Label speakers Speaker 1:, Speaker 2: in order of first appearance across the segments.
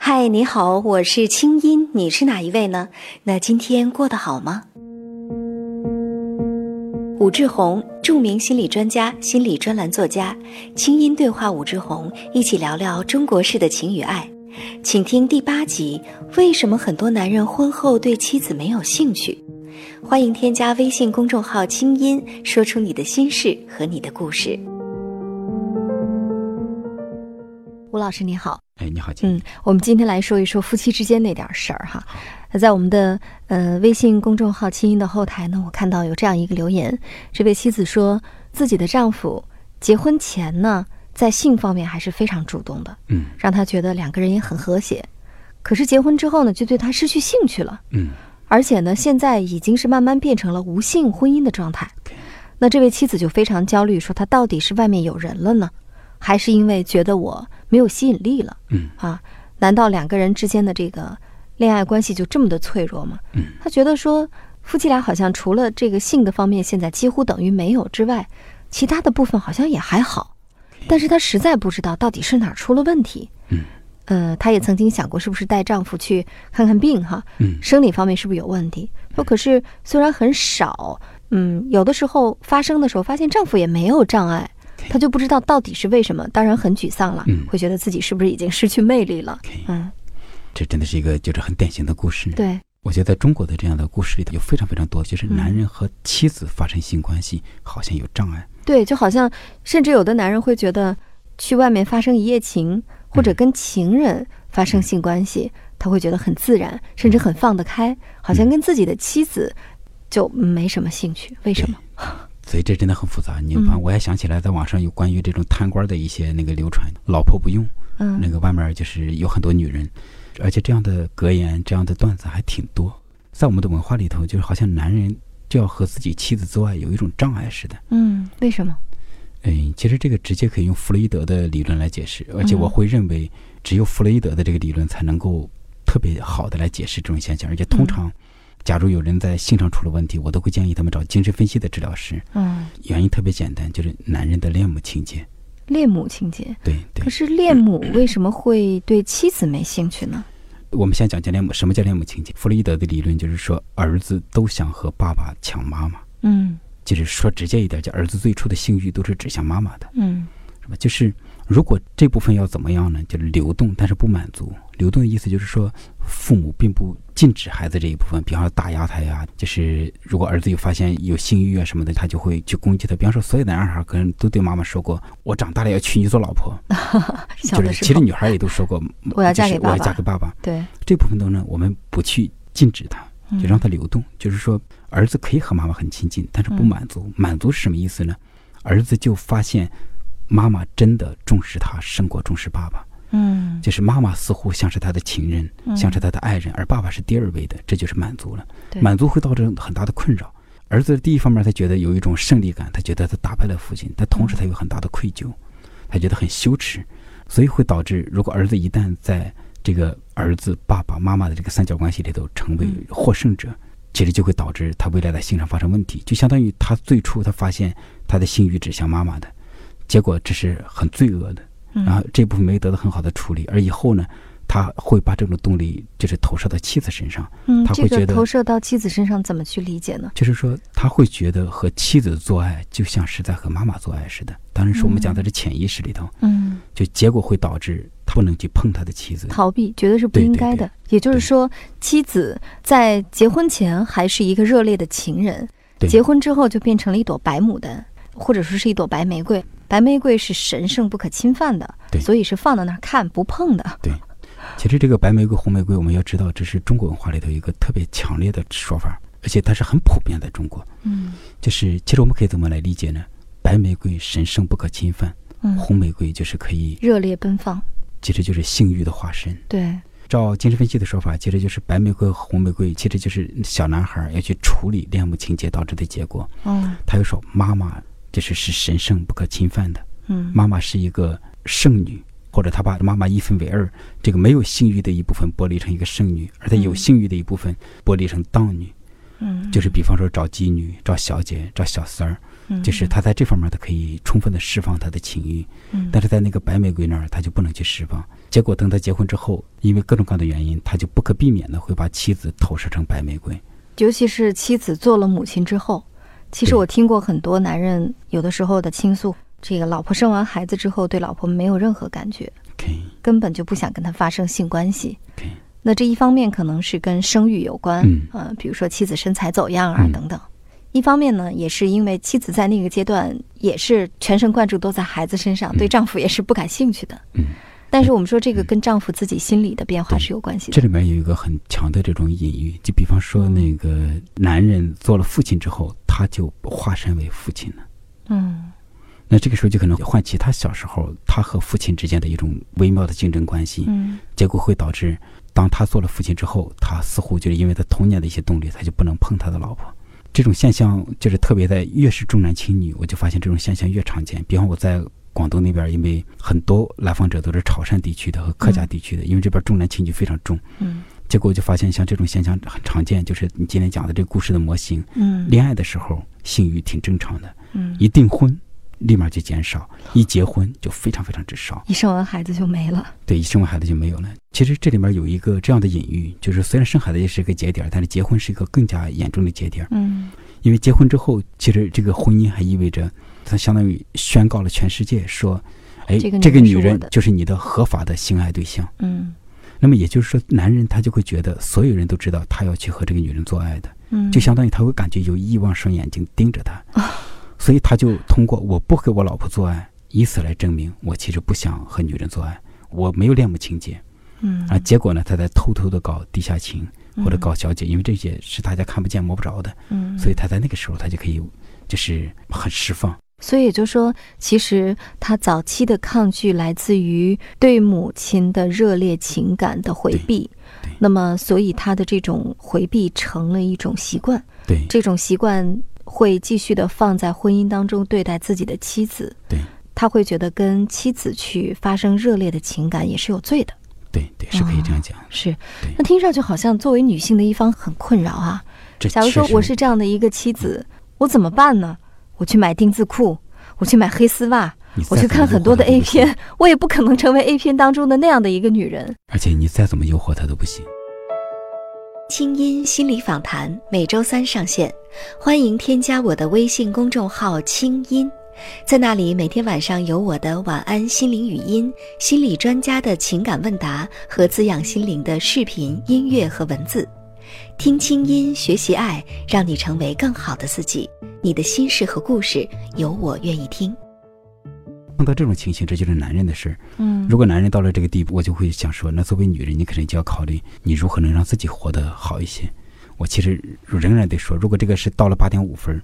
Speaker 1: 嗨，你好，我是清音，你是哪一位呢？那今天过得好吗？武志红，著名心理专家、心理专栏作家，清音对话武志红，一起聊聊中国式的情与爱，请听第八集：为什么很多男人婚后对妻子没有兴趣？欢迎添加微信公众号“清音”，说出你的心事和你的故事。吴老师你好，
Speaker 2: 哎，你好，亲
Speaker 1: 嗯，我们今天来说一说夫妻之间那点事儿哈。那在我们的呃微信公众号“清音”的后台呢，我看到有这样一个留言，这位妻子说自己的丈夫结婚前呢，在性方面还是非常主动的，
Speaker 2: 嗯
Speaker 1: 让她觉得两个人也很和谐。可是结婚之后呢，就对他失去兴趣了，
Speaker 2: 嗯
Speaker 1: 而且呢，现在已经是慢慢变成了无性婚姻的状态。那这位妻子就非常焦虑，说她到底是外面有人了呢，还是因为觉得我没有吸引力了？
Speaker 2: 嗯
Speaker 1: 啊，难道两个人之间的这个恋爱关系就这么的脆弱吗？
Speaker 2: 嗯，
Speaker 1: 他觉得说夫妻俩好像除了这个性的方面现在几乎等于没有之外，其他的部分好像也还好，但是他实在不知道到底是哪儿出了问题。
Speaker 2: 嗯，
Speaker 1: 呃，她也曾经想过是不是带丈夫去看看病哈，
Speaker 2: 嗯
Speaker 1: 生理方面是不是有问题？说可是虽然很少，嗯，有的时候发生的时候发现丈夫也没有障碍，她就不知道到底是为什么，当然很沮丧了，
Speaker 2: 嗯
Speaker 1: 会觉得自己是不是已经失去魅力了？
Speaker 2: ，OK，
Speaker 1: 嗯，
Speaker 2: 这真的是一个就是很典型的故事。，
Speaker 1: 对，
Speaker 2: 我觉得在中国的这样的故事里头有非常非常多，就是
Speaker 1: 嗯
Speaker 2: 男人和妻子发生性关系好像有障碍。
Speaker 1: 对，就好像甚至有的男人会觉得去外面发生一夜情，或者跟情人发生性关系，他会觉得很自然，甚至很放得开，好像跟自己的妻子就没什么兴趣，为什么？
Speaker 2: 所以这真的很复杂。你反
Speaker 1: 嗯
Speaker 2: 我也想起来，在网上有关于这种贪官的一些那个流传，老婆不用，
Speaker 1: 嗯
Speaker 2: 那个外面就是有很多女人，而且这样的格言、这样的段子还挺多。在我们的文化里头，就是好像男人就要和自己妻子之外有一种障碍似的。
Speaker 1: 嗯，为什么？
Speaker 2: 嗯，其实这个直接可以用弗洛伊德的理论来解释，而且
Speaker 1: 嗯
Speaker 2: 我会认为只有弗洛伊德的这个理论才能够特别好的来解释这种现象，而且通
Speaker 1: 嗯
Speaker 2: 常。假如有人在性上出了问题，我都会建议他们找精神分析的治疗师。
Speaker 1: 嗯，
Speaker 2: 原因特别简单，就是男人的恋母情结。
Speaker 1: 恋母情节。
Speaker 2: 对对
Speaker 1: 可，是恋母为什么会对妻子没兴趣呢？
Speaker 2: 我们先讲讲恋母，什么叫恋母情结？弗洛伊德的理论就是说，儿子都想和爸爸抢妈妈，
Speaker 1: 嗯
Speaker 2: 就是说直接一点，就儿子最初的性欲都是指向妈妈的。
Speaker 1: 嗯
Speaker 2: 是吧？就是如果这部分要怎么样呢？就是流动，但是不满足。流动的意思就是说，父母并不禁止孩子这一部分，比方说打压他呀，就是如果儿子有发现有性欲啊什么的，他就会去攻击他。比方说，所有的男孩可能都对妈妈说过：“我长大了要娶你做老婆。”
Speaker 1: 小
Speaker 2: 就
Speaker 1: 的
Speaker 2: 是
Speaker 1: 时
Speaker 2: 其实
Speaker 1: 候
Speaker 2: 女孩也都说过：“
Speaker 1: 我要嫁
Speaker 2: 就是
Speaker 1: 给爸
Speaker 2: 我要
Speaker 1: 爸
Speaker 2: 嫁给爸爸。
Speaker 1: 对，”
Speaker 2: 这部分当中呢，我们不去禁止他，
Speaker 1: 嗯
Speaker 2: 就让他流动。就是说，儿子可以和妈妈很亲近，但是不
Speaker 1: 嗯
Speaker 2: 满足。满足是什么意思呢？儿子就发现妈妈真的重视他胜过重视爸爸，
Speaker 1: 嗯
Speaker 2: 就是妈妈似乎像是他的情人，
Speaker 1: 嗯
Speaker 2: 像是他的爱人，而爸爸是第二位的，这就是满足了。
Speaker 1: 对
Speaker 2: 满足会导致很大的困扰。儿子第一方面，他觉得有一种胜利感，他觉得他打败了父亲，但同时他有很大的愧
Speaker 1: 嗯
Speaker 2: 疚，他觉得很羞耻，所以会导致，如果儿子一旦在这个儿子、爸爸妈妈的这个三角关系里头成为
Speaker 1: 嗯
Speaker 2: 获胜者，其实就会导致他未来的性上发生问题，就相当于他最初他发现他的性欲指向妈妈的，结果这是很罪恶的，
Speaker 1: 嗯
Speaker 2: 然后这部分没得到很好的处理，而以后呢，他会把这种动力就是投射到妻子身上。
Speaker 1: 嗯，
Speaker 2: 他
Speaker 1: 这
Speaker 2: 会
Speaker 1: 个
Speaker 2: 觉得
Speaker 1: 投射到妻子身上怎么去理解呢？
Speaker 2: 就是说他会觉得和妻子做爱就像是在和妈妈做爱似的。当然是我们讲的是潜意识里头，
Speaker 1: 嗯，
Speaker 2: 就结果会导致他不能去碰他的妻
Speaker 3: 嗯
Speaker 2: 子。
Speaker 1: 逃避绝对是不
Speaker 2: 对对
Speaker 1: 应该的。也就是
Speaker 2: 对
Speaker 1: 说，妻子在结婚前还是一个热烈的情人，
Speaker 2: 对
Speaker 1: 结婚之后就变成了一朵白牡丹，或者说是一朵白玫瑰。白玫瑰是神圣不可侵犯的，
Speaker 2: 对
Speaker 1: 所以是放在那儿看不碰的。
Speaker 2: 其实这个白玫瑰、红玫瑰，我们要知道，这是中国文化里头一个特别强烈的说法，而且它是很普遍在中国。
Speaker 1: 嗯
Speaker 2: 就是其实我们可以怎么来理解呢？白玫瑰神圣不可侵犯，
Speaker 1: 嗯，
Speaker 2: 红玫瑰就是可以，
Speaker 1: 热烈奔放，
Speaker 2: 其实就是性欲的化身。
Speaker 1: 对，
Speaker 2: 照精神分析的说法，其实就是白玫瑰、红玫瑰，其实就是小男孩要去处理恋母情节导致的结果。
Speaker 1: 嗯
Speaker 2: 他又说妈妈就是是神圣不可侵犯的，
Speaker 1: 嗯
Speaker 2: 妈妈是一个圣女，或者他把妈妈一分为二，这个没有性欲的一部分剥离成一个圣女，而在有
Speaker 1: 嗯
Speaker 2: 性欲的一部分剥离成荡女，
Speaker 1: 嗯，
Speaker 2: 就是比方说找妓女、找小姐、找小三儿，
Speaker 1: 嗯
Speaker 2: 就是他在这方面他可以充分的释放他的情欲，
Speaker 1: 嗯
Speaker 2: 但是在那个白玫瑰那儿他就不能去释放。结果等他结婚之后，因为各种各样的原因，他就不可避免的会把妻子投射成白玫瑰。
Speaker 3: 尤其是妻子做了母亲之后，其实
Speaker 2: 对
Speaker 3: 我听过很多男人有的时候的倾诉，这个老婆生完孩子之后对老婆没有任何感觉，
Speaker 2: OK，
Speaker 3: 根本就不想跟她发生性关系
Speaker 2: OK。
Speaker 3: 那这一方面可能是跟生育有关，
Speaker 2: 嗯
Speaker 3: 呃，比如说妻子身材走样啊
Speaker 2: 嗯
Speaker 3: 等等。一方面呢，也是因为妻子在那个阶段也是全神贯注都在孩子身上，
Speaker 2: 嗯
Speaker 3: 对丈夫也是不感兴趣的。
Speaker 2: 嗯，
Speaker 3: 但是我们说这个跟丈夫自己心理的变化是有关系的
Speaker 2: 这。里面有一个很强的这种隐喻，就比方说那个男人做了父亲之后，他就化身为父亲了。
Speaker 3: 嗯
Speaker 2: 那这个时候就可能唤起他小时候他和父亲之间的一种微妙的竞争关系，
Speaker 3: 嗯
Speaker 2: 结果会导致当他做了父亲之后，他似乎就是因为他童年的一些动力，他就不能碰他的老婆。这种现象就是特别在越是重男轻女，我就发现这种现象越常见。比方我在广东那边，因为很多来访者都是潮汕地区的和客家地区的，因为这边重男轻女非常重，
Speaker 3: 嗯
Speaker 2: 结果我就发现像这种现象很常见，就是你今天讲的这个故事的模型，
Speaker 3: 嗯
Speaker 2: 恋爱的时候性欲挺正常的，
Speaker 3: 嗯，
Speaker 2: 一订婚立马就减少，一结婚就非常非常之少。
Speaker 3: 一生完孩子就没了。
Speaker 2: 对，一生完孩子就没有了。其实这里面有一个这样的隐喻，就是虽然生孩子也是一个节点儿，但是结婚是一个更加严重的节点儿，
Speaker 3: 嗯
Speaker 2: 因为结婚之后，其实这个婚姻还意味着它相当于宣告了全世界说，哎，
Speaker 3: 这个女
Speaker 2: 这个
Speaker 3: 人是
Speaker 2: 女
Speaker 3: 我
Speaker 2: 人
Speaker 3: 的
Speaker 2: 就是你的合法的性爱对象。
Speaker 3: 嗯
Speaker 2: 那么也就是说，男人他就会觉得所有人都知道他要去和这个女人做爱的，
Speaker 3: 嗯，
Speaker 2: 就相当于他会感觉有一汪双眼睛盯着 他，所以他就通过我不和我老婆做爱，以此来证明我其实不想和女人做爱，我没有恋母情节
Speaker 3: 嗯
Speaker 2: 啊。结果呢，他在偷偷的搞地下情或者
Speaker 3: 嗯
Speaker 2: 搞小姐，因为这些是大家看不见摸不着的，
Speaker 3: 嗯，
Speaker 2: 所以他在那个时候他就可以就是很释放。
Speaker 3: 所以也就是说，其实他早期的抗拒来自于对母亲的热烈情感的回避
Speaker 2: 对对。
Speaker 3: 那么，所以他的这种回避成了一种习惯，
Speaker 2: 对
Speaker 3: 这种习惯会继续的放在婚姻当中对待自己的妻子。
Speaker 2: 对，
Speaker 3: 他会觉得跟妻子去发生热烈的情感也是有罪的。
Speaker 2: 对对，是可以这样讲。
Speaker 3: 是
Speaker 2: 对，
Speaker 3: 那听上去好像作为女性的一方很困扰啊。
Speaker 2: 这
Speaker 3: 假如说
Speaker 2: 确实
Speaker 3: 我是这样的一个妻子，我怎么办呢？我去买丁字裤，我去买黑丝袜，
Speaker 2: 你
Speaker 3: 我
Speaker 2: 再
Speaker 3: 去
Speaker 2: 怎么
Speaker 3: 看很
Speaker 2: 诱惑
Speaker 3: 多的
Speaker 2: 他都
Speaker 3: A
Speaker 2: 不行，
Speaker 3: 片， 我也不可能成为 A 片当中的那样的一个女人。
Speaker 2: 而且你再怎么诱惑他都不行。
Speaker 1: 清音心理访谈每周三上线，欢迎添加我的微信公众号“清音”，在那里每天晚上有我的晚安心灵语音、心理专家的情感问答和滋养心灵的视频、音乐和文字。听清音，学习爱，让你成为更好的自己。你的心事和故事，有我愿意听。
Speaker 2: 碰到这种情形，这就是男人的事儿。
Speaker 3: 嗯
Speaker 2: 如果男人到了这个地步，我就会想说，那作为女人，你肯定就要考虑你如何能让自己活得好一些。我其实仍然得说，如果这个是到了八点五分，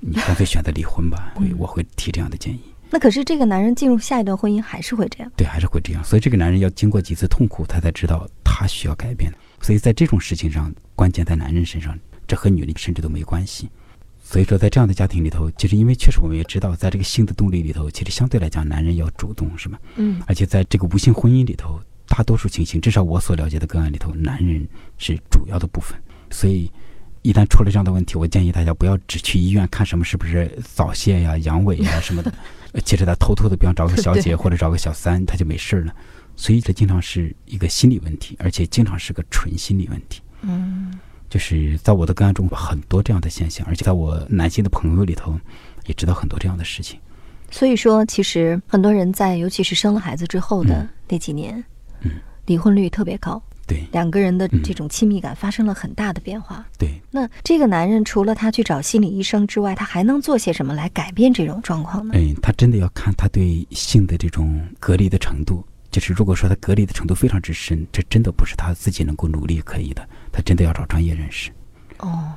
Speaker 2: 你干脆选择离婚吧。我
Speaker 3: 嗯
Speaker 2: 我会提这样的建议。
Speaker 3: 那可是这个男人进入下一段婚姻还是会这样。
Speaker 2: 对，还是会这样。所以这个男人要经过几次痛苦，他才知道他需要改变。所以在这种事情上，关键在男人身上，这和女人甚至都没关系。所以说，在这样的家庭里头，其实因为确实我们也知道，在这个性的动力里头，其实相对来讲，男人要主动，是吧？
Speaker 3: 嗯
Speaker 2: 而且在这个无性婚姻里头，大多数情形，至少我所了解的个案里头，男人是主要的部分。所以，一旦出了这样的问题，我建议大家不要只去医院看什么是不是早泄呀、阳痿呀什么 的，呃其实他偷偷的，比方找个小姐
Speaker 3: 对
Speaker 2: 或者找个小三，他就没事儿了。所以这经常是一个心理问题，而且经常是个纯心理问题。
Speaker 3: 嗯
Speaker 2: 就是在我的个案中很多这样的现象，而且在我男性的朋友里头，也知道很多这样的事情。
Speaker 3: 所以说，其实很多人在，尤其是生了孩子之后的
Speaker 2: 嗯
Speaker 3: 那几年，
Speaker 2: 嗯
Speaker 3: 离婚率特别高，
Speaker 2: 对
Speaker 3: 两个人的
Speaker 2: 嗯
Speaker 3: 这种亲密感发生了很大的变化。
Speaker 2: 对，
Speaker 3: 那这个男人除了他去找心理医生之外，他还能做些什么来改变这种状况呢？
Speaker 2: 嗯，他真的要看他对性的这种隔离的程度。就是如果说他隔离的程度非常之深，这真的不是他自己能够努力可以的，他真的要找专业人士。
Speaker 3: 哦，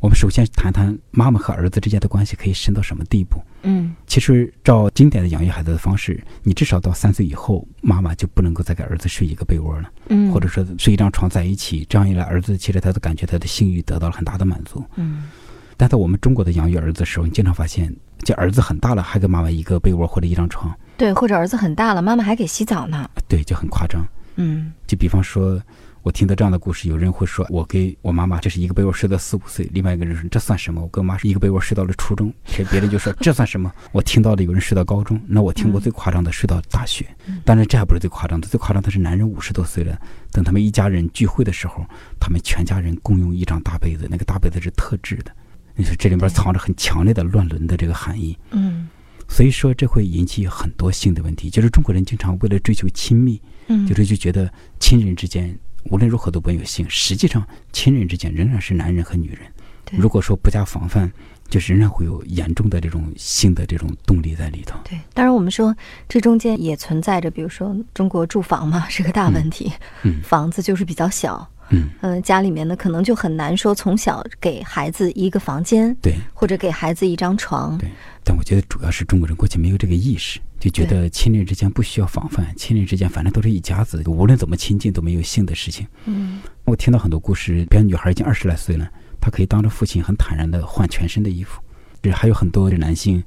Speaker 2: 我们首先谈谈妈妈和儿子之间的关系可以深到什么地步。
Speaker 3: 嗯
Speaker 2: 其实照经典的养育孩子的方式，你至少到三岁以后，妈妈就不能够再给儿子睡一个被窝了，
Speaker 3: 嗯，
Speaker 2: 或者说睡一张床在一起。这样一来，儿子其实他都感觉他的性欲得到了很大的满足。
Speaker 3: 嗯
Speaker 2: 但在我们中国的养育儿子的时候，你经常发现，这儿子很大了还给妈妈一个被窝或者一张床，
Speaker 3: 对，或者儿子很大了，妈妈还给洗澡呢。
Speaker 2: 对，就很夸张。
Speaker 3: 嗯
Speaker 2: 就比方说，我听到这样的故事，有人会说，我跟我妈妈就是一个被窝睡到四五岁，另外一个人说这算什么？我跟我妈是一个被窝睡到了初中，谁别人就说这算什么？我听到的有人睡到高中，那我听过最夸张的睡到大学，当然这还不是最夸张的，最夸张的是男人五十多岁了，等他们一家人聚会的时候，他们全家人共用一张大被子，那个大被子是特制的，你说这里边藏着很强烈的乱伦的这个含义。
Speaker 3: 嗯
Speaker 2: 所以说，这会引起很多性的问题。就是中国人经常为了追求亲密，
Speaker 3: 嗯，
Speaker 2: 就是就觉得亲人之间无论如何都不能有性。实际上，亲人之间仍然是男人和女人。
Speaker 3: 对
Speaker 2: 如果说不加防范，就是仍然会有严重的这种性的这种动力在里头。
Speaker 3: 对，当然我们说这中间也存在着，比如说中国住房嘛是个大问题，
Speaker 2: 嗯
Speaker 3: 房子就是比较小，
Speaker 2: 嗯，
Speaker 3: 嗯、家里面呢可能就很难说从小给孩子一个房间
Speaker 2: 对。
Speaker 3: 或者给孩子一张床
Speaker 2: 对，但我觉得主要是中国人过去没有这个意识，就觉得亲人之间不需要防范，亲人之间反正都是一家子，无论怎么亲近都没有性的事情。
Speaker 3: 嗯
Speaker 2: 我听到很多故事，比如女孩已经二十来岁了，她可以当着父亲很坦然的换全身的衣服，就是还有很多的男性，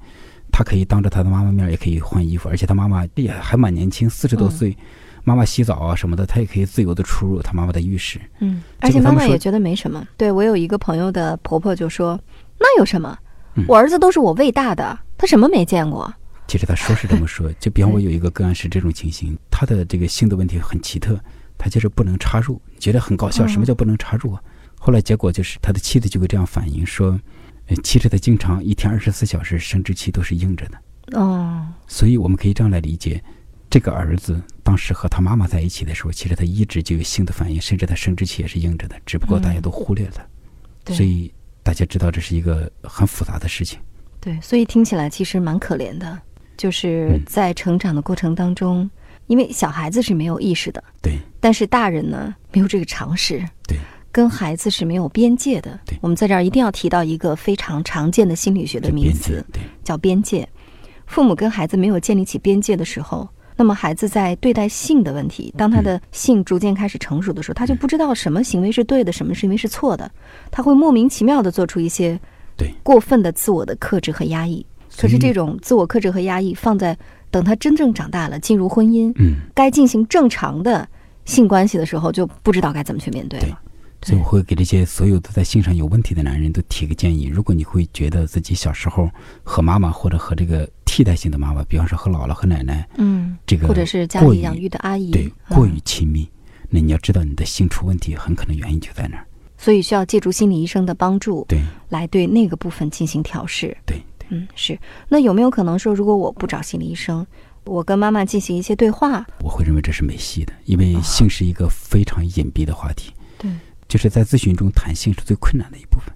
Speaker 2: 他可以当着他的妈妈面也可以换衣服，而且他妈妈也还蛮年轻，四十多
Speaker 3: 嗯
Speaker 2: 岁，妈妈洗澡啊什么的，他也可以自由的出入他妈妈的浴室。
Speaker 3: 嗯，
Speaker 2: 这
Speaker 3: 而
Speaker 2: 个
Speaker 3: 且
Speaker 2: 他
Speaker 3: 妈
Speaker 2: 们
Speaker 3: 妈
Speaker 2: 说
Speaker 3: 也觉得没什么。对我有一个朋友的婆婆就说，那有什么
Speaker 2: 嗯？
Speaker 3: 我儿子都是我喂大的，他什么没见过？
Speaker 2: 其实他说是这么说，就比方我有一个个案是这种情形，他的这个性的问题很奇特，他就是不能插入，觉得很搞笑，
Speaker 3: 嗯
Speaker 2: 什么叫不能插入啊？后来结果就是他的妻子就会这样反映说，呃，其实他经常一天二十四小时生殖器都是硬着的。
Speaker 3: 哦，
Speaker 2: 所以我们可以这样来理解，这个儿子当时和他妈妈在一起的时候，其实他一直就有性的反应，甚至他生殖器也是硬着的，只不过大家都忽略了他。
Speaker 3: 嗯对
Speaker 2: 所以大家知道这是一个很复杂的事情。
Speaker 3: 对，所以听起来其实蛮可怜的，就是
Speaker 2: 嗯
Speaker 3: 在成长的过程当中，因为小孩子是没有意识的，
Speaker 2: 对，
Speaker 3: 但是大人呢没有这个常识，
Speaker 2: 对，
Speaker 3: 跟孩子是没有边界的
Speaker 2: 对。
Speaker 3: 我们在这儿一定要提到一个非常常见的心理学的
Speaker 2: 这
Speaker 3: 名
Speaker 2: 边界
Speaker 3: 词，
Speaker 2: 对
Speaker 3: 叫边界。父母跟孩子没有建立起边界的时候，那么孩子在对待性的问题，当
Speaker 2: 嗯
Speaker 3: 他的性逐渐开始成熟的时候，他就不知道什么行为是对的，什么行为是错的，他会莫名其妙的做出一些
Speaker 2: 对
Speaker 3: 过分的自我的克制和压抑。可
Speaker 2: 所
Speaker 3: 是
Speaker 2: 以
Speaker 3: 这种自我克制和压抑，放在等他真正长大了，进入婚姻，
Speaker 2: 嗯，
Speaker 3: 该进行正常的性关系的时候，就不知道该怎么去面对了。
Speaker 2: 所以我会给这些所有的在性上有问题的男人都提个建议：如果你会觉得自己小时候和妈妈或者和这个替代性的妈妈，比方说和姥姥和奶奶，
Speaker 3: 嗯，
Speaker 2: 这个
Speaker 3: 或者是家
Speaker 2: 过
Speaker 3: 里
Speaker 2: 于
Speaker 3: 养育的阿姨，
Speaker 2: 对
Speaker 3: 嗯
Speaker 2: 过于亲密，那你要知道你的性出问题，很可能原因就在那儿。
Speaker 3: 所以需要借助心理医生的帮助，
Speaker 2: 对
Speaker 3: 来对那个部分进行调试。
Speaker 2: 对对，
Speaker 3: 嗯，是。那有没有可能说，如果我不找心理医生，我跟妈妈进行一些对话？
Speaker 2: 我会认为这是没戏的，因为性是一个非常隐蔽的话题，
Speaker 3: 对，
Speaker 2: 就是在咨询中谈性是最困难的一部分。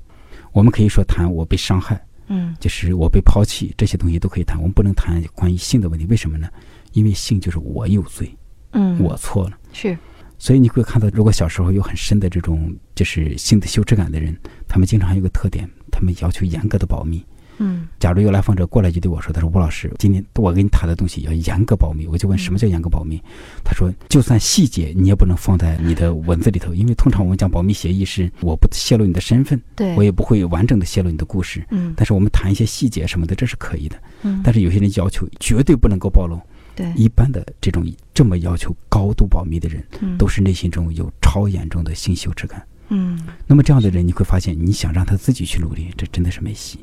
Speaker 2: 我们可以说谈我被伤害，
Speaker 3: 嗯
Speaker 2: 就是我被抛弃这些东西都可以谈，我们不能谈关于性的问题，为什么呢？因为性就是我有罪，
Speaker 3: 嗯，
Speaker 2: 我错了。
Speaker 3: 是
Speaker 2: 所以你会看到，如果小时候有很深的这种就是性的羞耻感的人，他们经常有个特点，他们要求严格的保密。
Speaker 3: 嗯
Speaker 2: 假如有来访者过来就对我说：“他说吴老师，今天我跟你谈的东西要严格保密。”我就问
Speaker 3: 嗯
Speaker 2: 什么叫严格保密？他说：“就算细节你也不能放在你的文字里头，因为通常我们讲保密协议是我不泄露你的身份，
Speaker 3: 对，
Speaker 2: 我也不会完整的泄露你的故事。
Speaker 3: 嗯
Speaker 2: 但是我们谈一些细节什么的，这是可以的。
Speaker 3: 嗯，
Speaker 2: 但是有些人要求绝对不能够暴露。
Speaker 3: 对，
Speaker 2: 一般的这种这么要求高度保密的人，
Speaker 3: 嗯
Speaker 2: 都是内心中有超严重的性羞耻感。
Speaker 3: 嗯。
Speaker 2: 那么这样的人，你会发现，你想让他自己去努力，这真的是没戏。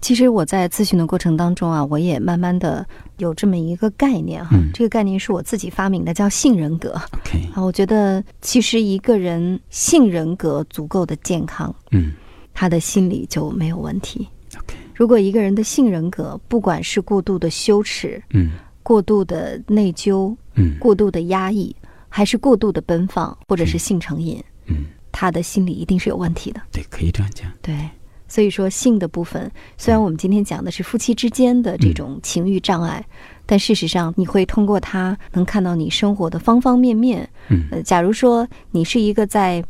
Speaker 3: 其实我在咨询的过程当中啊，我也慢慢的有这么一个概念哈，
Speaker 2: 嗯
Speaker 3: 这个概念是我自己发明的，叫性人格
Speaker 2: OK，
Speaker 3: 啊。我觉得其实一个人性人格足够的健康，
Speaker 2: 嗯
Speaker 3: 他的心理就没有问题。
Speaker 2: ，OK，
Speaker 3: 如果一个人的性人格，不管是过度的羞耻、
Speaker 2: 嗯
Speaker 3: 过度的内疚、
Speaker 2: 嗯
Speaker 3: 过度的压抑，还是过度的奔放，或者是
Speaker 2: 嗯
Speaker 3: 性成瘾，
Speaker 2: 嗯，
Speaker 3: 他的心理一定是有问题的。
Speaker 2: 对，可以这样讲。
Speaker 3: 对，所以说性的部分，虽然我们今天讲的是夫妻之间的这种情欲障碍，
Speaker 2: 嗯
Speaker 3: 但事实上你会通过它能看到你生活的方方面面。
Speaker 2: 嗯
Speaker 3: 呃，假如说你是一个在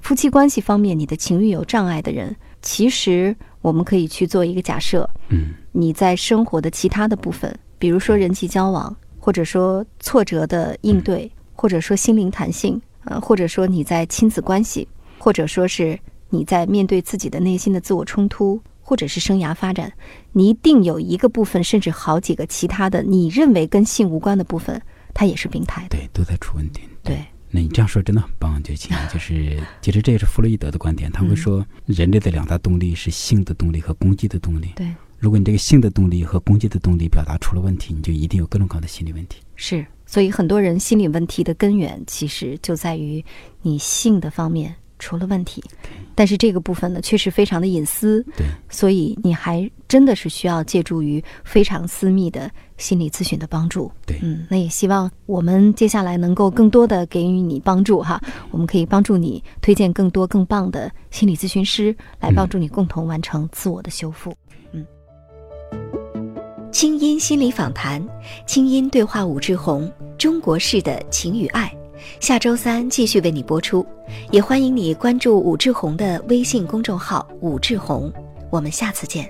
Speaker 3: 夫妻关系方面你的情欲有障碍的人，其实我们可以去做一个假设，
Speaker 2: 嗯
Speaker 3: 你在生活的其他的部分，比如说人际交往，或者说挫折的应对，或者说心灵弹性，呃，或者说你在亲子关系，或者说是你在面对自己的内心的自我冲突，或者是生涯发展，你一定有一个部分，甚至好几个其他的你认为跟性无关的部分，它也是病态的。
Speaker 2: 对，都在出问题。
Speaker 3: 对，
Speaker 2: 那你这样说真的很棒，绝情。就是其实这也是弗洛伊德的观点，他会说人类的两大动力是性的动力和攻击的动力。
Speaker 3: 对，
Speaker 2: 如果你这个性的动力和攻击的动力表达出了问题，你就一定有各种各样的心理问题。
Speaker 3: 是，所以很多人心理问题的根源其实就在于你性的方面出了问题，但是这个部分呢，确实非常的隐私，
Speaker 2: 对，
Speaker 3: 所以你还真的是需要借助于非常私密的心理咨询的帮助。
Speaker 2: 对
Speaker 3: 嗯，那也希望我们接下来能够更多的给予你帮助哈，我们可以帮助你推荐更多更棒的心理咨询师来帮助你共同完成自我的修复。嗯
Speaker 1: 清音心理访谈，清音对话武志红，中国式的情与爱，下周三继续为你播出。也欢迎你关注武志红的微信公众号“武志红”，我们下次见。